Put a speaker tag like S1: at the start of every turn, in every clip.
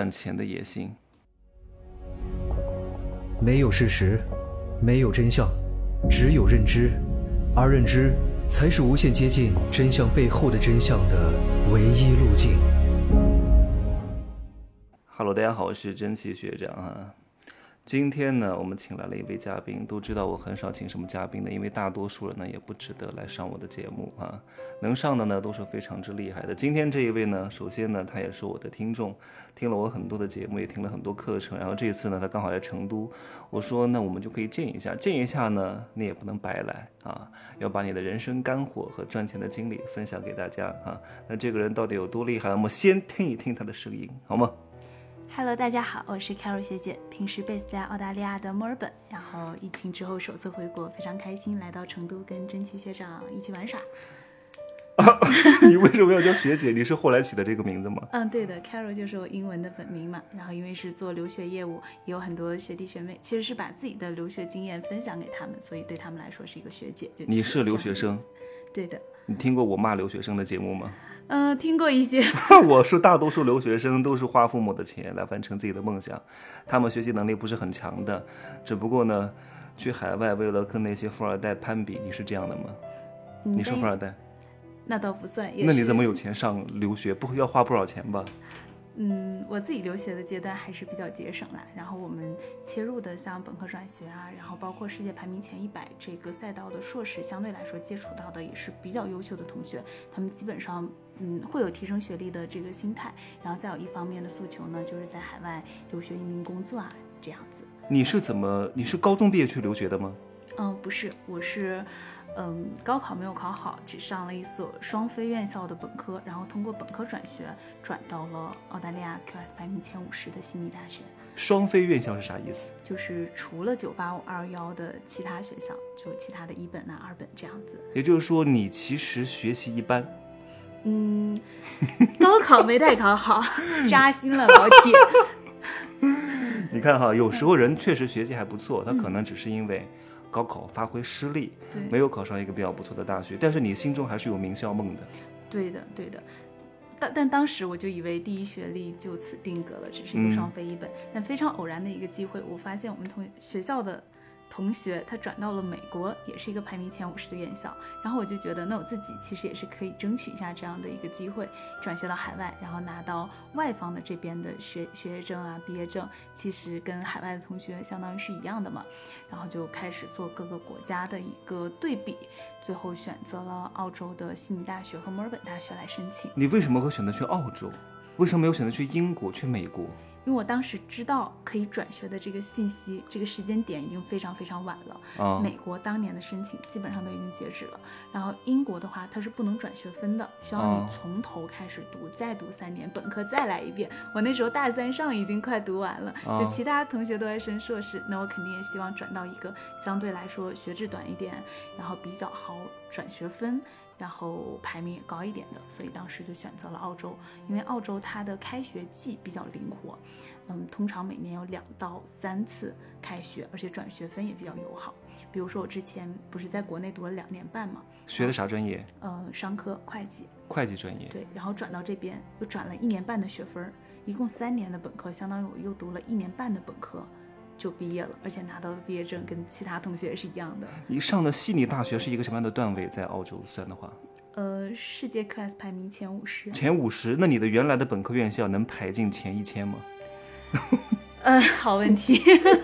S1: 赚钱的野心。
S2: 没有事实，没有真相，只有认知，而认知才是无限接近真相背后的真相的唯一路径。
S1: Hello，大家好，我是蒸汽学长哈。今天呢，我们请来了一位嘉宾，都知道我很少请什么嘉宾的，因为大多数人呢也不值得来上我的节目啊。能上的呢都是非常之厉害的。今天这一位呢，首先呢他也是我的听众，听了我很多的节目，也听了很多课程。然后这一次呢，他刚好来成都，我说那我们就可以见一下，见一下呢你也不能白来啊，要把你的人生干货和赚钱的经历分享给大家啊。那这个人到底有多厉害？我们先听一听他的声音，好吗？
S3: Hello，大家好，我是 Carol 学姐，平时 base 在澳大利亚的墨尔本，然后疫情之后首次回国，非常开心来到成都跟真奇学长一起玩耍。
S1: 你为什么要叫学姐？你是后来起的这个名字吗？
S3: 嗯，对的，Carol 就是我英文的本名嘛，然后因为是做留学业务，也有很多学弟学妹，其实是把自己的留学经验分享给他们，所以对他们来说是一个学姐。就
S1: 你是留学生？
S3: 对的。
S1: 你听过我骂留学生的节目吗？
S3: 嗯，听过一些。
S1: 我说，大多数留学生都是花父母的钱来完成自己的梦想，他们学习能力不是很强的，只不过呢，去海外为了跟那些富二代攀比，你是这样的吗？
S3: 嗯
S1: 你是富二代，
S3: 那倒不算，也
S1: 那你怎么
S3: 是
S1: 有钱上留学？不要花不少钱吧？
S3: 嗯，我自己留学的阶段还是比较节省啦。然后我们切入的像本科转学啊，然后包括世界排名前一百这个赛道的硕士，相对来说接触到的也是比较优秀的同学，他们基本上嗯会有提升学历的这个心态。然后再有一方面的诉求呢，就是在海外留学移民工作啊这样子。
S1: 你是怎么？你是高中毕业去留学的吗？
S3: 嗯，不是，我是，嗯，高考没有考好，只上了一所双非院校的本科，然后通过本科转学，转到了澳大利亚 QS 排名前五十的悉尼大学，
S1: 双非院校是啥意思？
S3: 就是除了九八五二幺的其他学校，就其他的一本啊、二本这样子。
S1: 也就是说，你其实学习一般，
S3: 嗯，高考没带考好，扎心了，老铁。
S1: 你看哈，有时
S3: 嗯
S1: 候人确实学习还不错，他可能只是因为高考发挥失利，
S3: 对
S1: 没有考上一个比较不错的大学，但是你心中还是有名校梦的。
S3: 对的，对的。但但当时我就以为第一学历就此定格了，只是一
S1: 嗯
S3: 个双非一本。但非常偶然的一个机会，我发现我们同学校的同学他转到了美国，也是一个排名前五十的院校。然后我就觉得，那我自己其实也是可以争取一下这样的一个机会，转学到海外，然后拿到外方的这边的学学业证啊、毕业证，其实跟海外的同学相当于是一样的嘛。然后就开始做各个国家的一个对比，最后选择了澳洲的悉尼大学和墨尔本大学来申请。
S1: 你为什么会选择去澳洲？为什么没有选择去英国、去美国？
S3: 因为我当时知道可以转学的这个信息，这个时间点已经非常非常晚了。
S1: 啊，
S3: 美国当年的申请基本上都已经截止了，然后英国的话它是不能转学分的，需要
S1: 哦
S3: 你从头开始读，再读三年，本科再来一遍。我那时候大三上已经快读完了，
S1: 哦
S3: 就其他同学都在升硕士，那我肯定也希望转到一个相对来说学制短一点，然后比较好转学分。然后排名也高一点的，所以当时就选择了澳洲，因为澳洲它的开学季比较灵活，嗯，通常每年有两到三次开学，而且转学分也比较友好。比如说我之前不是在国内读了两年半嘛，
S1: 学的啥专业？
S3: 呃，商科会计，
S1: 会计专业。
S3: 对，然后转到这边又转了一年半的学分儿，一共三年的本科，相当于我又读了一年半的本科就毕业了，而且拿到的毕业证跟其他同学也是一样的。
S1: 你上的悉尼大学是一个什么样的段位？在澳洲算的话，
S3: 呃，世界 QS 排名前五十，
S1: 前五十，那你的原来的本科院校能排进前一千吗？
S3: 呃，好问题，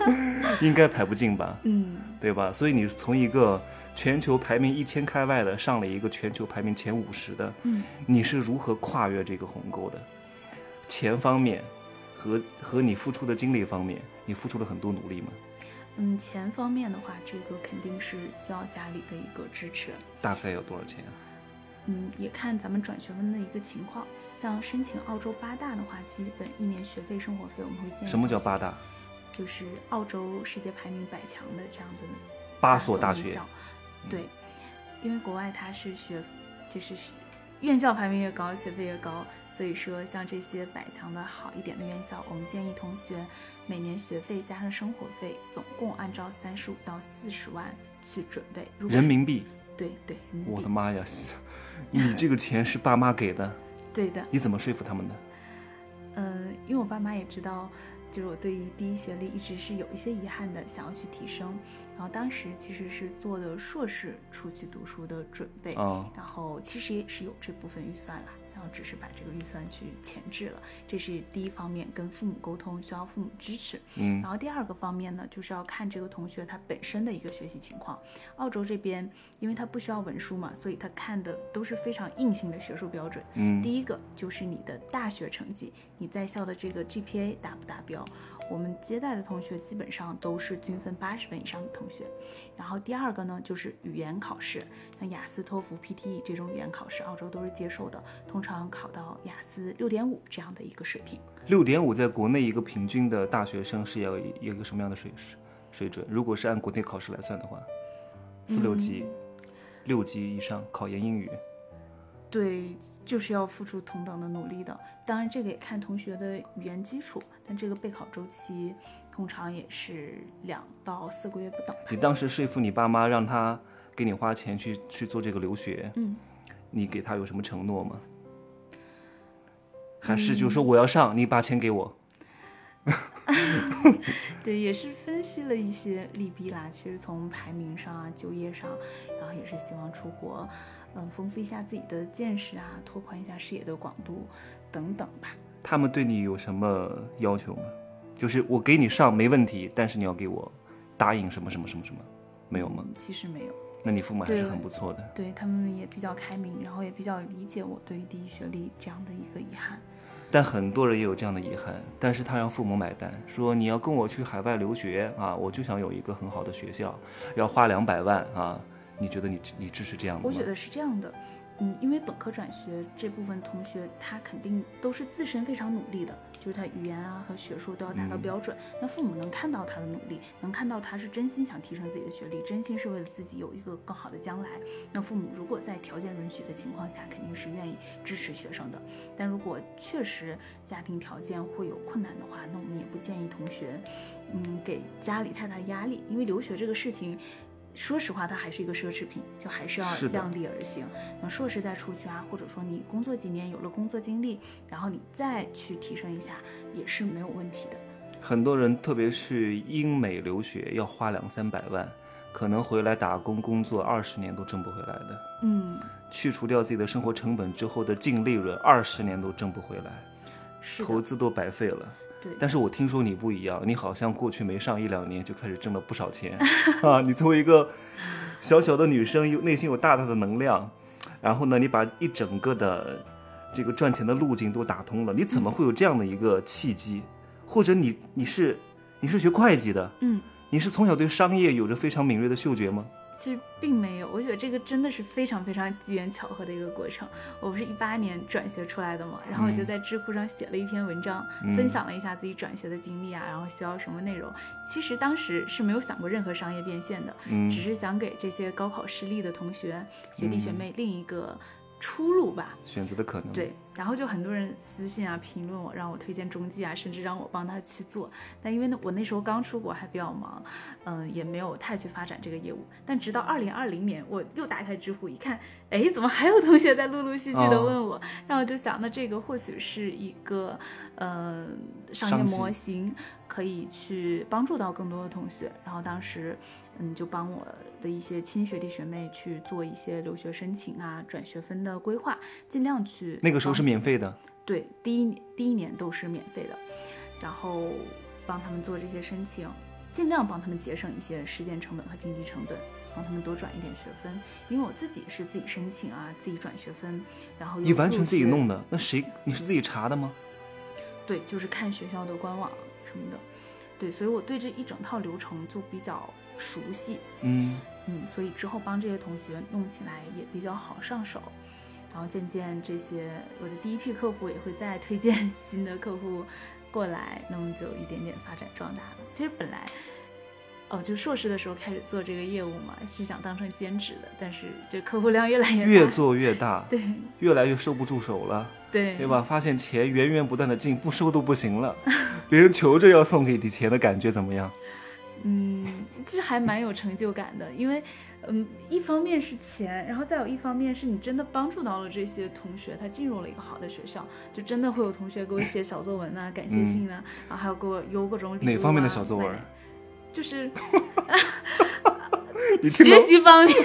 S1: 应该排不进吧，
S3: 嗯，
S1: 对吧？所以你从一个全球排名一千开外的，上了一个全球排名前五十的，
S3: 嗯，
S1: 你是如何跨越这个鸿沟的？钱方面和和你付出的精力方面，你付出了很多努力吗？
S3: 嗯，钱方面的话，这个肯定是需要家里的一个支持。
S1: 大概要多少钱啊？
S3: 嗯，也看咱们转学分的一个情况。像申请澳洲八大的话，基本一年学费、生活费我们会建议
S1: 什么叫八大？
S3: 就是澳洲世界排名百强的这样的
S1: 八所大
S3: 院
S1: 学嗯
S3: 校？对，因为国外它是学，就是院校排名越高，学费越高，所以说像这些百强的好一点的院校，我们建议同学每年学费加上生活费，总共按照三十五到四十万去准备。如果
S1: 人民币？
S3: 对对，人民
S1: 我的
S3: 币
S1: 妈呀！你这个钱是爸妈给的，
S3: 对的，
S1: 你怎么说服他们的？
S3: 嗯，因为我爸妈也知道，就是我对于第一学历一直是有一些遗憾的，想要去提升。然后当时其实是做的硕士出去读书的准备，
S1: 哦，
S3: 然后其实也是有这部分预算啦，然后只是把这个预算去前置了，这是第一方面，跟父母沟通需要父母支持。
S1: 嗯
S3: 然后第二个方面呢，就是要看这个同学他本身的一个学习情况。澳洲这边，因为他不需要文书嘛，所以他看的都是非常硬性的学术标准。
S1: 嗯
S3: 第一个就是你的大学成绩，你在校的这个 GPA 达不达标？我们接待的同学基本上都是均分八十分以上的同学。然后第二个呢，就是语言考试，像雅思、托福、PTE 这种语言考试，澳洲都是接受的，通常考到雅思六点五这样的一个水平。
S1: 六点五在国内一个平均的大学生是要一个什么样的水水水准？如果是按国内考试来算的话，四
S3: 嗯
S1: 六级、六级以上考研英语，
S3: 对，就是要付出同等的努力的。当然，这个也看同学的语言基础，但这个备考周期通常也是两到四个月不等吧。
S1: 你当时说服你爸妈让他给你花钱去去做这个留学，
S3: 嗯，
S1: 你给他有什么承诺吗？还是
S3: 嗯
S1: 就说我要上，你把钱给我？
S3: 对，也是分析了一些利弊啦。其实从排名上啊、就业上，然后也是希望出国，嗯，丰富一下自己的见识啊，拓宽一下视野的广度等等吧。
S1: 他们对你有什么要求吗？就是我给你上没问题，但是你要给我答应什么什么什么什么，没有吗？
S3: 嗯其实没有，
S1: 那你父母还是
S3: 对
S1: 很不错的。
S3: 对他们也比较开明，然后也比较理解我对于第一学历这样的一个遗憾。
S1: 但很多人也有这样的遗憾，但是他让父母买单，说你要跟我去海外留学啊，我就想有一个很好的学校，要花两百万啊，你觉得你你支持这样的吗？
S3: 我觉得是这样的，嗯，因为本科转学这部分同学，他肯定都是自身非常努力的，就是他语言啊和学术都要达到标准。那父母能看到他的努力，能看到他是真心想提升自己的学历，真心是为了自己有一个更好的将来。那父母如果在条件允许的情况下，肯定是愿意支持学生的。但如果确实家庭条件会有困难的话，那我们也不建议同学，嗯，给家里太大压力，因为留学这个事情。说实话，它还是一个奢侈品，就还是要
S1: 是的
S3: 量力而行。等硕士再出去啊，或者说你工作几年有了工作经历，然后你再去提升一下，也是没有问题的。
S1: 很多人，特别是英美留学，要花两三百万，可能回来打工工作二十年都挣不回来的。
S3: 嗯，
S1: 去除掉自己的生活成本之后的净利润，二十年都挣不回来，
S3: 是
S1: 投
S3: 的，
S1: 资都白费了。
S3: 对。
S1: 但是我听说你不一样，你好像过去没上一两年就开始挣了不少钱啊！你作为一个小小的女生，有内心有大大的能量，然后呢，你把一整个的这个赚钱的路径都打通了，你怎么会有这样的一个契机？或者你你是你是学会计的，
S3: 嗯，
S1: 你是从小对商业有着非常敏锐的嗅觉吗？
S3: 其实并没有，我觉得这个真的是非常非常机缘巧合的一个过程。我不是一八年转学出来的嘛，然后我就在知乎上写了一篇文章，分享了一下自己转学的经历啊，然后需要什么内容。其实当时是没有想过任何商业变现的，只是想给这些高考失利的同学、学弟学妹另一个出路吧。
S1: 选择的可能，，
S3: 对，然后就很多人私信啊、评论我，让我推荐中介啊，甚至让我帮他去做。但因为呢，我那时候刚出国，还比较忙，嗯，也没有太去发展这个业务。但直到二零二零年，我又打开知乎一看，哎，怎么还有同学在陆陆续续的
S1: 哦
S3: 问我？然后我就想，那这个或许是一个呃商业
S1: 商机
S3: 模型，可以去帮助到更多的同学。然后当时。嗯，就帮我的一些亲学弟学妹去做一些留学申请啊、转学分的规划，尽量去
S1: 那个时候是
S3: 帮
S1: 免费的，
S3: 对，第一年第一年都是免费的，然后帮他们做这些申请，尽量帮他们节省一些时间成本和经济成本，帮他们多转一点学分。因为我自己是自己申请啊，自己转学分，然后
S1: 你完全自己弄
S3: 的？
S1: 的，那谁你是自己查的吗？
S3: 对，就是看学校的官网什么的，对，所以我对这一整套流程就比较熟悉。
S1: 嗯，
S3: 嗯，所以之后帮这些同学弄起来也比较好上手，然后渐渐这些我的第一批客户也会再推荐 新的客户过来，那么就一点点发展壮大了。其实本来，哦，就硕士的时候开始做这个业务嘛，是想当成兼职的，但是这客户量越来越大，
S1: 越做越大，
S3: 对
S1: 越来越收不住手了。
S3: 对
S1: 对？吧？发现钱源源不断的进，不收都不行了， 别人求着要送给你钱的感觉怎么样？
S3: 嗯，这还蛮有成就感的，因为。嗯，一方面是钱，然后再有一方面是你真的帮助到了这些同学，他进入了一个好的学校，就真的会有同学给我写小作文啊、感谢信啊，然后还有给我邮各种礼物、啊。
S1: 嗯哪方面的小作文？
S3: 就是
S1: 你听
S3: 学
S1: 到
S3: 习方面。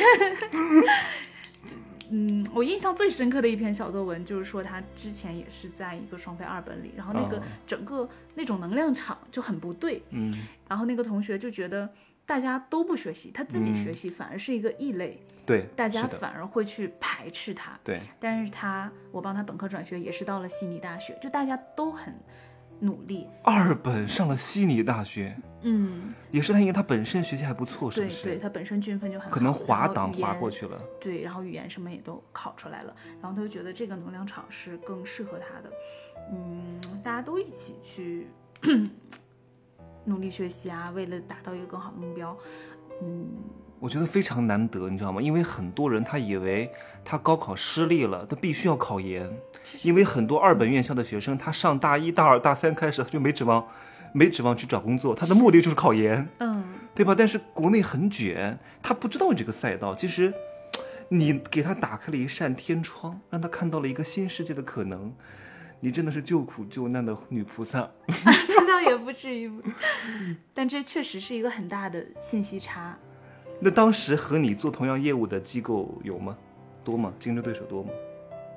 S3: 嗯，我印象最深刻的一篇小作文，就是说他之前也是在一个双非二本里，然后那个
S1: 啊
S3: 整个那种能量场就很不对，
S1: 嗯，
S3: 然后那个同学就觉得大家都不学习，他自己学习反而是一个异类，
S1: 对，
S3: 大家
S1: 是的，
S3: 反而会去排斥他。
S1: 对，
S3: 但是他，我帮他本科转学也是到了悉尼大学，就大家都很努力，
S1: 二本上了悉尼大学，
S3: 嗯，
S1: 也是他因为他本身学习还不错，是
S3: 对
S1: 不是？
S3: 对，他本身均分就很好，
S1: 可能滑
S3: 然后
S1: 档
S3: 语言
S1: 滑过去了，
S3: 对，然后语言什么也都考出来了，然后他就觉得这个能量场是更适合他的，嗯，大家都一起去 努力学习啊，为了达到一个更好的目标，
S1: 我觉得非常难得，你知道吗？因为很多人他以为他高考失利了，他必须要考研，因为很多二本院校的学生，他上大一大二大三开始他就没指望，没指望去找工作，他的目的就是考研。
S3: 嗯，
S1: 对吧？但是国内很卷，他不知道这个赛道。其实，你给他打开了一扇天窗，让他看到了一个新世界的可能。你真的是救苦救难的女菩萨。
S3: 这倒也不至于，但这确实是一个很大的信息差，
S1: 那当时和你做同样业务的机构有吗？多吗？竞争对手多吗？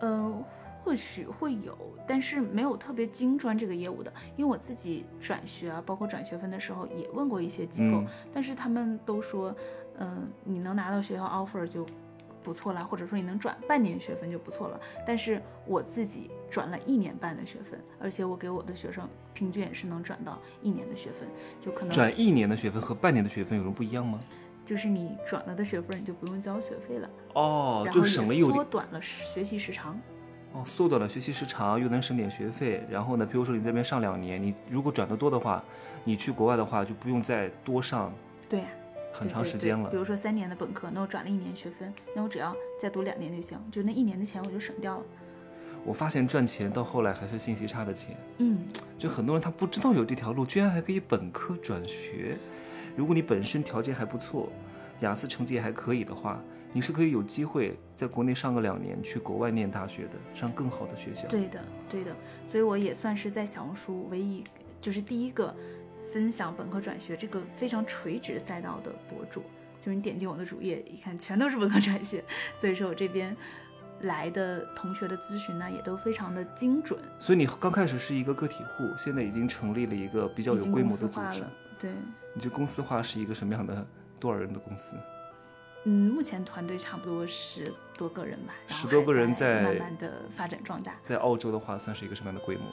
S3: 呃，或许会有，但是没有特别精专这个业务的，因为我自己转学啊，包括转学分的时候也问过一些机构，
S1: 嗯
S3: 但是他们都说，嗯、你能拿到学校 offer 就不错啦，或者说你能转半年学分就不错了。但是我自己转了一年半的学分，而且我给我的学生平均也是能转到一年的学分，就可能
S1: 转一年的学分和半年的学分有什么不一样吗？
S3: 就是你转了的学分，你就不用交学费了，
S1: 哦，
S3: 然后
S1: 就省了
S3: 也
S1: 又
S3: 缩短了学习时长。
S1: 哦，缩短了学习时长，又能省点学费。然后呢，比如说你在这边上两年，你如果转得多的话，你去国外的话就不用再多上
S3: 对呀、
S1: 很
S3: 对
S1: 长
S3: 对
S1: 时
S3: 对
S1: 间了
S3: 比。如说三年的本科，那我转了一年学分，那我只要再读两年就行，就那一年的钱我就省掉了。
S1: 我发现赚钱到后来还是信息差的钱。
S3: 嗯，
S1: 就很多人他不知道有这条路，居然还可以本科转学。如果你本身条件还不错，雅思成绩也还可以的话，你是可以有机会在国内上个两年，去国外念大学的，上更好的学校。
S3: 对的，对的。所以我也算是在小红书唯一就是第一个分享本科转学这个非常垂直赛道的博主。就是你点进我的主页一看，全都是本科转学，所以说我这边来的同学的咨询呢也都非常的精准，
S1: 所以你刚开始是一个个体户，现在已经成立了一个比较
S3: 已
S1: 有
S3: 经
S1: 规
S3: 公
S1: 模
S3: 司
S1: 的组
S3: 化
S1: 织
S3: 了。。对，
S1: 你这公司化是一个什么样的多少人的公司？
S3: 嗯，目前团队差不多十多个人吧，然后
S1: 10多
S3: 还
S1: 个人在
S3: 慢慢的发展壮大。
S1: 在澳洲的话，算是一个什么样的规模？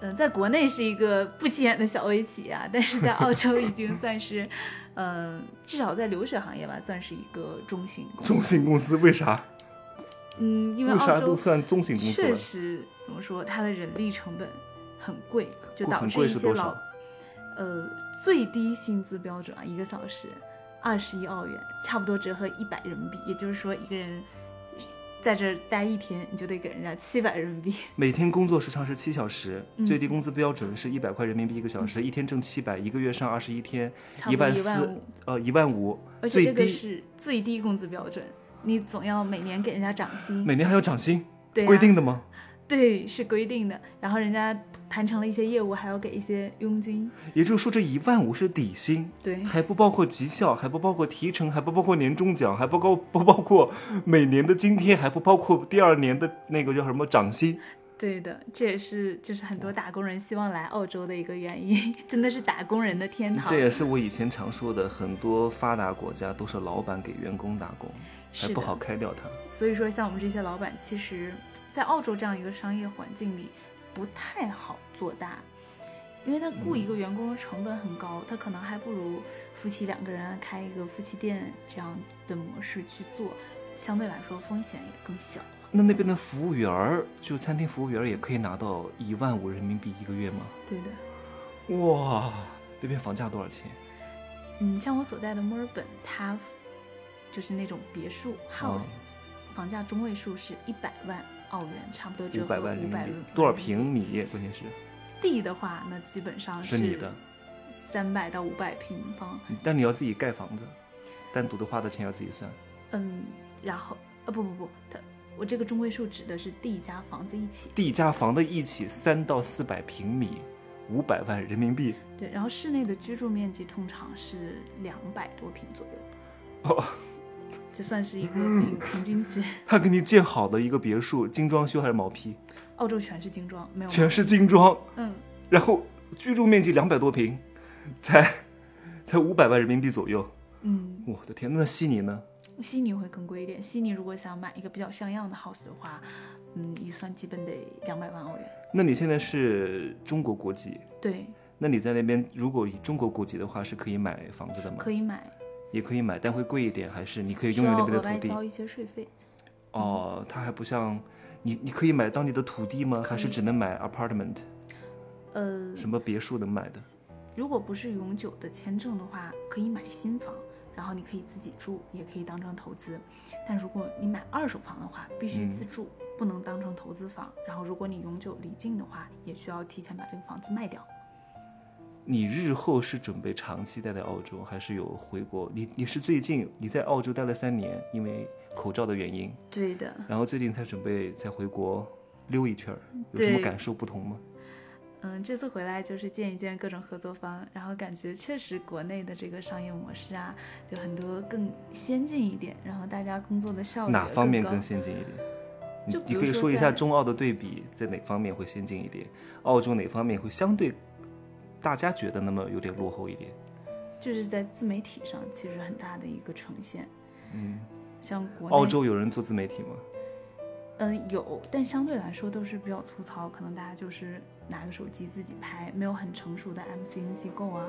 S3: 嗯，在国内是一个不起眼的小微企啊，但是在澳洲已经算是， 嗯、至少在留学行业吧，算是一个中型公司。
S1: 中型公司为啥？
S3: 嗯，因为
S1: 为啥
S3: 澳
S1: 都
S3: 洲
S1: 算中型公司
S3: 确
S1: 了？
S3: 实怎么说，它的人力成本很贵，就
S1: 过
S3: 导
S1: 很
S3: 致
S1: 贵
S3: 一
S1: 是
S3: 些
S1: 多少
S3: 老？呃最低薪资标准啊，一个小时二十一澳元，差不多折合一百人民币，也就是说一个人在这儿待一天，你就得给人家七百人民币。
S1: 每天工作时长是七小时，
S3: 嗯
S1: 最低工资标准是一百块人民币一个小时，一天挣七百，一个月上二十一天，
S3: 差不多
S1: 14000
S3: 一万五，
S1: 呃，一万五，
S3: 而且
S1: 最
S3: 这个
S1: 低，
S3: 是最低工资标准，你总要每年给人家涨薪，
S1: 每年还要涨薪，
S3: 对、啊，
S1: 规定的吗？
S3: 对是规定的。然后人家谈成了一些业务，还要给一些佣金，
S1: 也就是说，这一万五是底薪，
S3: 对
S1: 还不包括绩效，还不包括提成，还不包括年终奖，还不包不包括每年的津贴，还不包括第二年的那个叫什么涨薪。
S3: 对的，这也是就是很多打工人希望来澳洲的一个原因， 真的是打工人的天堂
S1: 这。也是我以前常说的，很多发达国家都是老板给员工打工，还
S3: 是
S1: 不
S3: 的，
S1: 好开掉他。
S3: 所以说像我们这些老板，其实，在澳洲这样一个商业环境里，不太好做大。因为他雇
S1: 嗯
S3: 一个员工的成本很高，他可能还不如夫妻两个人啊开一个夫妻店这样的模式去做，相对来说风险也更小。
S1: 那那边的服务员儿，就餐厅服务员儿也可以拿到一万五人民币一个月吗？
S3: 对的，
S1: 哇，那边房价多少钱？
S3: 嗯，像我所在的墨尔本，它就是那种别墅
S1: 哦
S3: house，、房价中位数是一百万澳元，差不多折
S1: 五
S3: 合
S1: 百万人
S3: 500
S1: 民币
S3: 人，
S1: 多少？平米？关键是
S3: 地的话，那基本上
S1: 是你的，
S3: 三百到五百平方。
S1: 但你要自己盖房子。单独的花的钱要自己算。
S3: 嗯，然后呃不不不，它我这个中位数指的是地加房子一起，
S1: 地加房的一起三到四百平米，五百万人民币。
S3: 对，然后室内的居住面积通常是两百多平左右，
S1: 哦，
S3: 这算是一个
S1: 嗯
S3: 平平均值。
S1: 他给你建好的一个别墅，精装修还是毛坯？
S3: 澳洲全是精装，没有
S1: 全是精装，
S3: 嗯，
S1: 然后居住面积两百多平，才才五百万人民币左右。
S3: 嗯，
S1: 我的天，那悉尼呢？
S3: 悉尼会更贵一点。悉尼如果想买一个比较像样的 house 的话，嗯，预算基本得两百万澳元。
S1: 那你现在是中国国籍，
S3: 对，
S1: 那你在那边如果以中国国籍的话，是可以买房子的吗？
S3: 可以买，
S1: 也可以买，但会贵一点，还是你可以
S3: 需
S1: 拥有
S3: 要
S1: 那边
S3: 额
S1: 的
S3: 外
S1: 土地
S3: 交？一些税费。
S1: 哦，它还不像你，你可以买当地的土地吗？
S3: 可以
S1: 还是只能买 apartment
S3: 呃，
S1: 什么别墅能买的？
S3: 如果不是永久的签证的话，可以买新房，然后你可以自己住，也可以当成投资。但如果你买二手房的话，必须自住，不能当成投资房。然后如果你永久离境的话，也需要提前把这个房子卖掉。
S1: 你日后是准备长期待在澳洲，还是有回国？你你是最近你在澳洲待了三年，因为口罩的原因，
S3: 对的，
S1: 然后最近才准备再回国溜一圈儿，有什么
S3: 对
S1: 感受不同吗？
S3: 嗯，这次回来就是见一见各种合作方，然后感觉确实国内的这个商业模式啊，有很多更先进一点，然后大家工作的效率
S1: 哪
S3: 也
S1: 方面
S3: 哦更
S1: 更
S3: 高
S1: 先进一点？你
S3: 就比
S1: 你
S3: 如
S1: 可以
S3: 说
S1: 说一下
S3: 在
S1: 中澳的对比，在哪方面会先进一点？澳洲哪方面会相对大家觉得那么有点落后一点？
S3: 就是在自媒体上其实很大的一个呈现。
S1: 嗯，
S3: 像国内
S1: 澳洲有人做自媒体吗？
S3: 嗯，有，但相对来说都是比较粗糙，可能大家就是拿个手机自己拍，没有很成熟的 MCN 机构啊，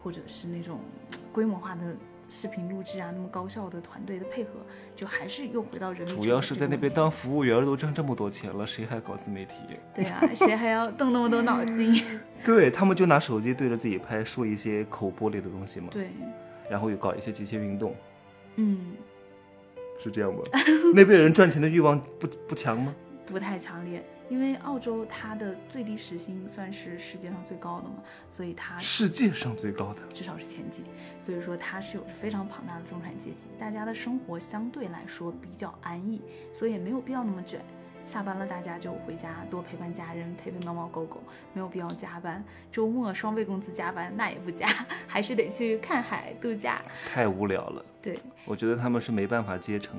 S3: 或者是那种呃规模化的视频录制啊，那么高效的团队的配合，就还是又回到人力成
S1: 主
S3: 本
S1: 要是
S3: 这
S1: 在那
S3: 个问
S1: 边
S3: 题
S1: 当服务员儿都挣这么多钱了，谁还搞自媒体？
S3: 对啊，谁还要动那么多脑筋？
S1: 对他们就拿手机对着自己拍，说一些口播类的东西嘛，
S3: 对，
S1: 然后又搞一些极限运动，
S3: 嗯，
S1: 是这样吗？那边人赚钱的欲望不不强吗？
S3: 不太强烈，因为澳洲它的最低时薪算是世界上最高的嘛，所以它
S1: 世界上最高的，
S3: 至少是前几，所以说它是有非常庞大的中产阶级，大家的生活相对来说比较安逸，所以也没有必要那么卷。下班了，大家就回家多陪伴家人，陪陪猫猫狗狗，没有必要加班。周末双倍工资加班那也不加， 还是得去看海度假。
S1: 太无聊了。
S3: 对
S1: 我觉得他们是没办法阶层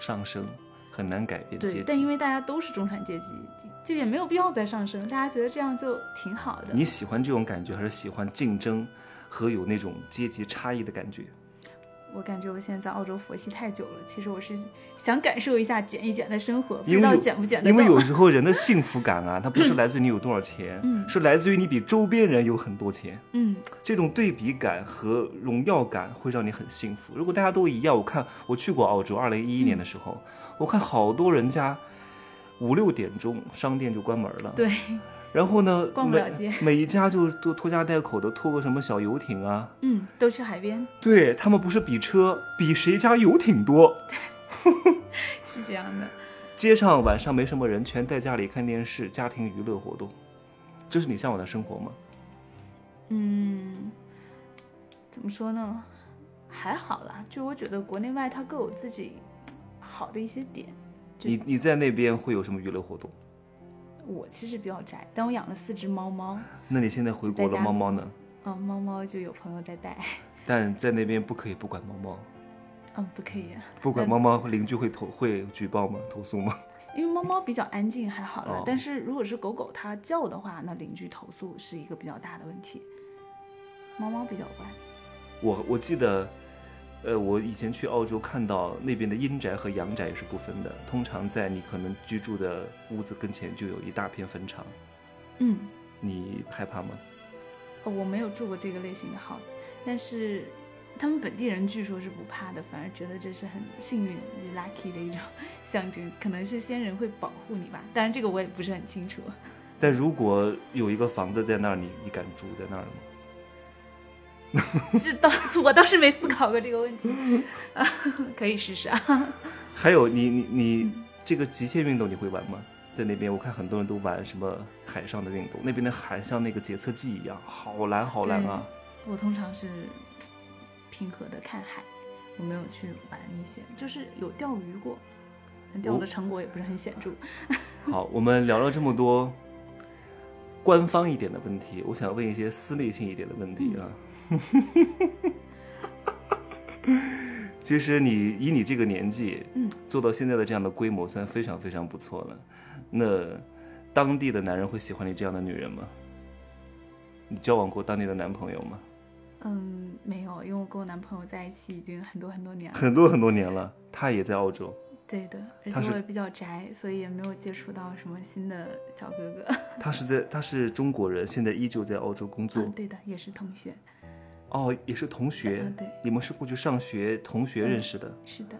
S1: 上升，很难改变阶
S3: 对，但因
S1: 级。
S3: 为大家都是中产阶级，就也没有必要再上升，大家觉得这样就挺好的。
S1: 你喜欢这种感觉，还是喜欢竞争和有那种阶级差异的感觉？
S3: 我感觉我现在在澳洲佛系太久了，其实我是想感受一下卷一卷的生活，不
S1: 因
S3: 知
S1: 为
S3: 道
S1: 有
S3: 卷不卷得
S1: 因为
S3: 动。
S1: 有时候人的幸福感啊，它不是来自于你有多少钱，是来自于你比周边人有很多钱。
S3: 嗯，
S1: 这种对比感和荣耀感会让你很幸福。如果大家都一样，我看我去过澳洲，二零一一年的时候，
S3: 嗯
S1: 我看好多人家五六点钟商店就关门了，
S3: 对。
S1: 然后呢，
S3: 逛不了街
S1: 每每一家就都拖家带口的拖个什么小游艇啊，
S3: 嗯，都去海边，
S1: 对他们不是比车，比谁家游艇多。
S3: 是这样的。
S1: 街上晚上没什么人，全在家里看电视，家庭娱乐活动，这是你向往的生活吗？
S3: 嗯，怎么说呢？还好啦，就我觉得国内外它各有自己好的一些点。对
S1: 你你在那边会有什么娱乐活动？
S3: 我其实比较宅，但我养了四只猫猫，
S1: 那你现在回国
S3: 在
S1: 了，
S3: 家
S1: 猫猫呢？
S3: 嗯，猫猫就有朋友在带，
S1: 但在那边不可以不管猫猫，
S3: 嗯，不可以、啊，
S1: 不管猫猫，邻居会投会举报吗？投诉吗？
S3: 因为猫猫比较安静，还好了。
S1: 哦
S3: 但是如果是狗狗它叫的话，那邻居投诉是一个比较大的问题。猫猫比较乖，
S1: 我我记得，呃，我以前去澳洲看到那边的阴宅和阳宅是不分的，通常在你可能居住的屋子跟前就有一大片坟场，
S3: 嗯，
S1: 你害怕吗？
S3: 哦，我没有住过这个类型的 house，但是他们本地人据说是不怕的，反而觉得这是很幸运、就是 lucky 的一种象征，可能是先人会保护你吧。当然，这个我也不是很清楚。
S1: 但如果有一个房子在那儿，你你敢住在那儿吗？
S3: 这倒 我倒是没思考过这个问题，啊，可以试试啊。
S1: 还有你你你这个极限运动你会玩吗？在那边我看很多人都玩什么海上的运动，那边的海像那个检测器一样，好蓝好蓝啊！
S3: 我通常是平和的看海，我没有去把它逆写，就是有钓鱼过，但钓的成果也不是很显著。
S1: 好，我们聊了这么多官方一点的问题，我想问一些私密性一点的问题啊。 其实你以你这个年纪，
S3: 嗯，
S1: 做到现在的这样的规模，算非常非常不错了。那当地的男人会喜欢你这样的女人吗？你交往过当地的男朋友吗？
S3: 嗯，没有，因为我跟我男朋友在一起已经很多很多年了。
S1: 很多很多年了，他也在澳洲。
S3: 对的，而
S1: 他
S3: 且
S1: 是
S3: 我也比较宅，所以也没有接触到什么新的小哥哥。
S1: 他是在，他是中国人，现在依旧在澳洲工作
S3: 嗯，。对的，也是同学。
S1: 哦，也是同学
S3: 嗯，对，
S1: 你们是过去上学，同学认识的。
S3: 是的，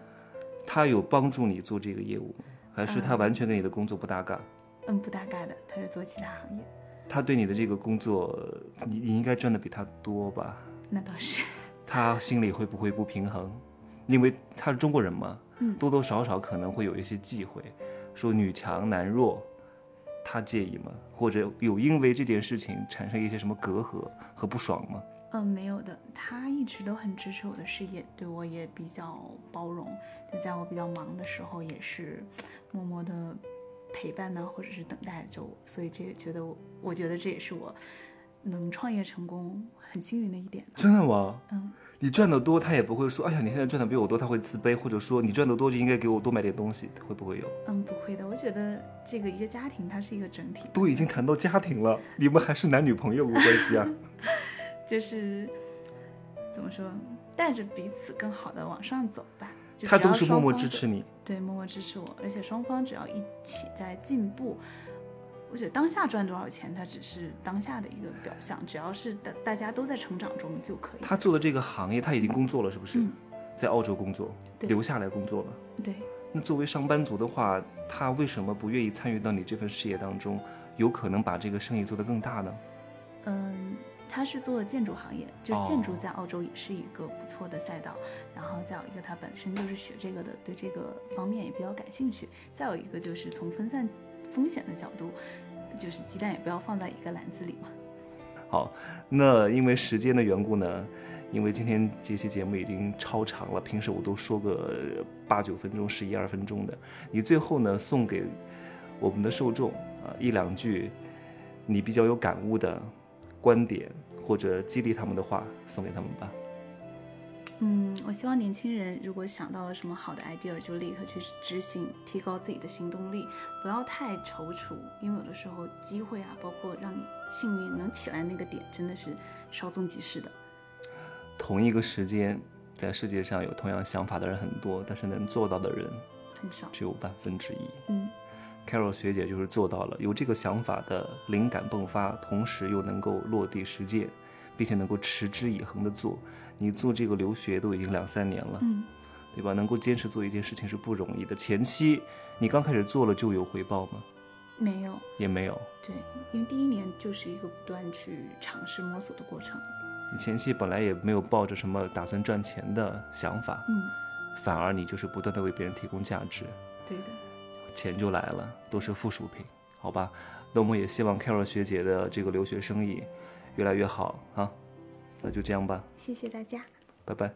S1: 他有帮助你做这个业务吗，还是他完全跟你的工作不搭嘎？
S3: 嗯，不搭嘎的，他是做其他行业。
S1: 他对你的这个工作，你你应该赚的比他多吧？
S3: 那倒是，
S1: 他心里会不会不平衡？因为他是中国人嘛，
S3: 嗯
S1: 多多少少可能会有一些忌讳，说女强男弱，他介意吗？或者有因为这件事情产生一些什么隔阂和不爽吗？
S3: 嗯，没有的，他一直都很支持我的事业，对我也比较包容，就在我比较忙的时候，也是默默的陪伴呢、或者是等待着我，所以这也觉得我，我觉得这也是我能创业成功很幸运的一点吧。
S1: 真的吗？
S3: 嗯，
S1: 你赚得多，他也不会说，哎呀，你现在赚的比我多，他会自卑，或者说你赚得多就应该给我多买点东西，会不会有？
S3: 嗯，不会的，我觉得这个一个家庭它是一个整体，
S1: 都已经谈到家庭了，你们还是男女朋友的关系
S3: 嗯
S1: 啊？
S3: 就是怎么说，带着彼此更好的往上走吧。就
S1: 他
S3: 只
S1: 都
S3: 要
S1: 是默
S3: 双
S1: 默
S3: 方
S1: 支
S3: 都
S1: 持你。
S3: 对，默默支持我，而且双方只要一起在进步，我觉得当下赚多少钱，它只是当下的一个表象，只要是大大家都在成长中就可以。
S1: 他做的这个行业，他已经工作了，是不是？
S3: 嗯
S1: 在澳洲工作，
S3: 对
S1: 留下来工作了。
S3: 对，
S1: 那作为上班族的话，他为什么不愿意参与到你这份事业当中，有可能把这个生意做得更大呢？
S3: 嗯，他是做建筑行业，就是
S1: 哦
S3: 建筑在澳洲也是一个不错的赛道。然后再有一个，他本身就是学这个的，对这个方面也比较感兴趣。再有一个就是从分散风险的角度，就是鸡蛋也不要放在一个篮子里嘛。
S1: 好，那因为时间的缘故呢，因为今天这期节目已经超长了，平时我都说个八九分钟、十一二分钟的。你最后呢，送给我们的受众啊一两句你比较有感悟的观点或者激励他们的话，送给他们吧。
S3: 嗯，我希望年轻人如果想到了什么好的 idea，就立刻去执行，提高自己的行动力，不要太踌躇，因为有的时候机会啊，包括让你幸运能起来那个点，真的是稍纵即逝的。
S1: 同一个时间，在世界上有同样想法的人很多，但是能做到的人
S3: 很少，
S1: 只有万分之一。
S3: 嗯
S1: Carol 学姐就是做到了，有这个想法的灵感迸发，同时又能够落地实践，并且能够持之以恒的做。你做这个留学都已经两三年了，
S3: 嗯，
S1: 对吧？能够坚持做一件事情是不容易的。前期你刚开始做了就有回报吗？
S3: 没有，
S1: 也没有。
S3: 对，因为第一年就是一个不断去尝试摸索的过程，
S1: 你前期本来也没有抱着什么打算赚钱的想法，
S3: 嗯，
S1: 反而你就是不断的为别人提供价值。
S3: 对的，
S1: 钱就来了，都是附属品，好吧？那我们也希望 Carol 学姐的这个留学生意越来越好啊。那就这样吧，
S3: 谢谢大家。
S1: 拜拜。